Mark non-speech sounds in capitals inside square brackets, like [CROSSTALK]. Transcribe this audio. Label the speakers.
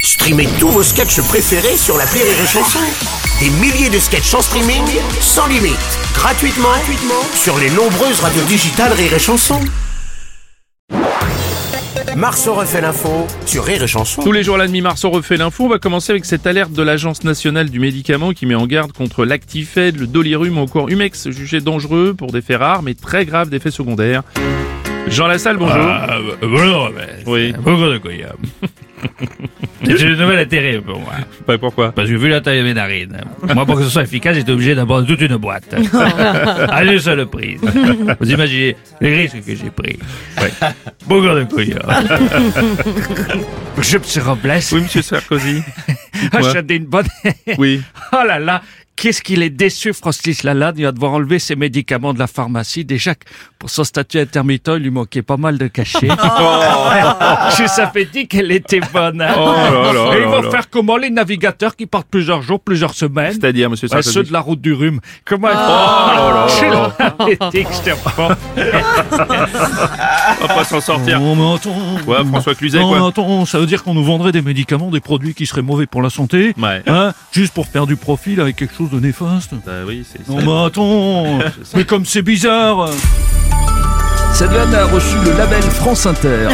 Speaker 1: Streamez tous vos sketchs préférés sur la Rire et Chanson. Des milliers de sketchs en streaming, sans limite, gratuitement, gratuitement sur les nombreuses radios digitales Rire et Chanson. Marceau refait l'info sur Rire et Chanson.
Speaker 2: Tous les jours à la demi-mars, on refait l'info. On va commencer avec cette alerte de l'Agence nationale du médicament qui met en garde contre l'actifed, le dolirum ou encore Humex, jugés dangereux pour des faits rares mais très graves d'effets secondaires. Jean Lassalle, bonjour. Euh,
Speaker 3: Ah, euh, bonjour, mais
Speaker 2: Oui.
Speaker 3: beaucoup de couilles. [LAUGHS] C'est une nouvelle terrible pour moi.
Speaker 2: Pas pourquoi
Speaker 3: Parce que vu la taille de mes narines, moi, pour que ce soit efficace, j'étais obligé d'abord toute une boîte. à une seule prise. Vous imaginez les risques que j'ai pris. Beaucoup de couilles. Je me suis remplacé.
Speaker 2: Oui, monsieur Sarkozy.
Speaker 3: Acheter une bonne.
Speaker 2: Oui.
Speaker 3: [LAUGHS] Oh là là, qu'est-ce qu'il est déçu, Francis Lalanne. Il va devoir enlever ses médicaments de la pharmacie. Déjà, que pour son statut intermittent, il lui manquait pas mal de [LAUGHS] cachets. [LAUGHS] Je savais dit qu'elle était bonne. hein.
Speaker 2: Oh là là
Speaker 3: Et ils
Speaker 2: là
Speaker 3: vont
Speaker 2: là.
Speaker 3: faire comment les navigateurs qui partent plusieurs jours, plusieurs semaines
Speaker 2: C'est-à-dire, monsieur
Speaker 3: à
Speaker 2: Sarkozy.
Speaker 3: ceux de la route du Ah. Oh rhume. Comment ils
Speaker 2: là là
Speaker 3: [LAUGHS] Je
Speaker 2: là.
Speaker 3: l'avais dit que je te reprends.
Speaker 2: On va pas s'en sortir.
Speaker 3: Oh, mais attends.
Speaker 2: Ouais, François Cluzet,
Speaker 3: Non,
Speaker 2: quoi.
Speaker 3: mais attends, ça veut dire qu'on nous vendrait des médicaments, des produits qui seraient mauvais pour la santé.
Speaker 2: Ouais.
Speaker 3: hein, juste pour faire du profil avec quelque chose de néfaste.
Speaker 2: Bah oui, c'est ça.
Speaker 3: Non, mais attends. mais comme c'est bizarre.
Speaker 4: Cette vanne a reçu le label France Inter.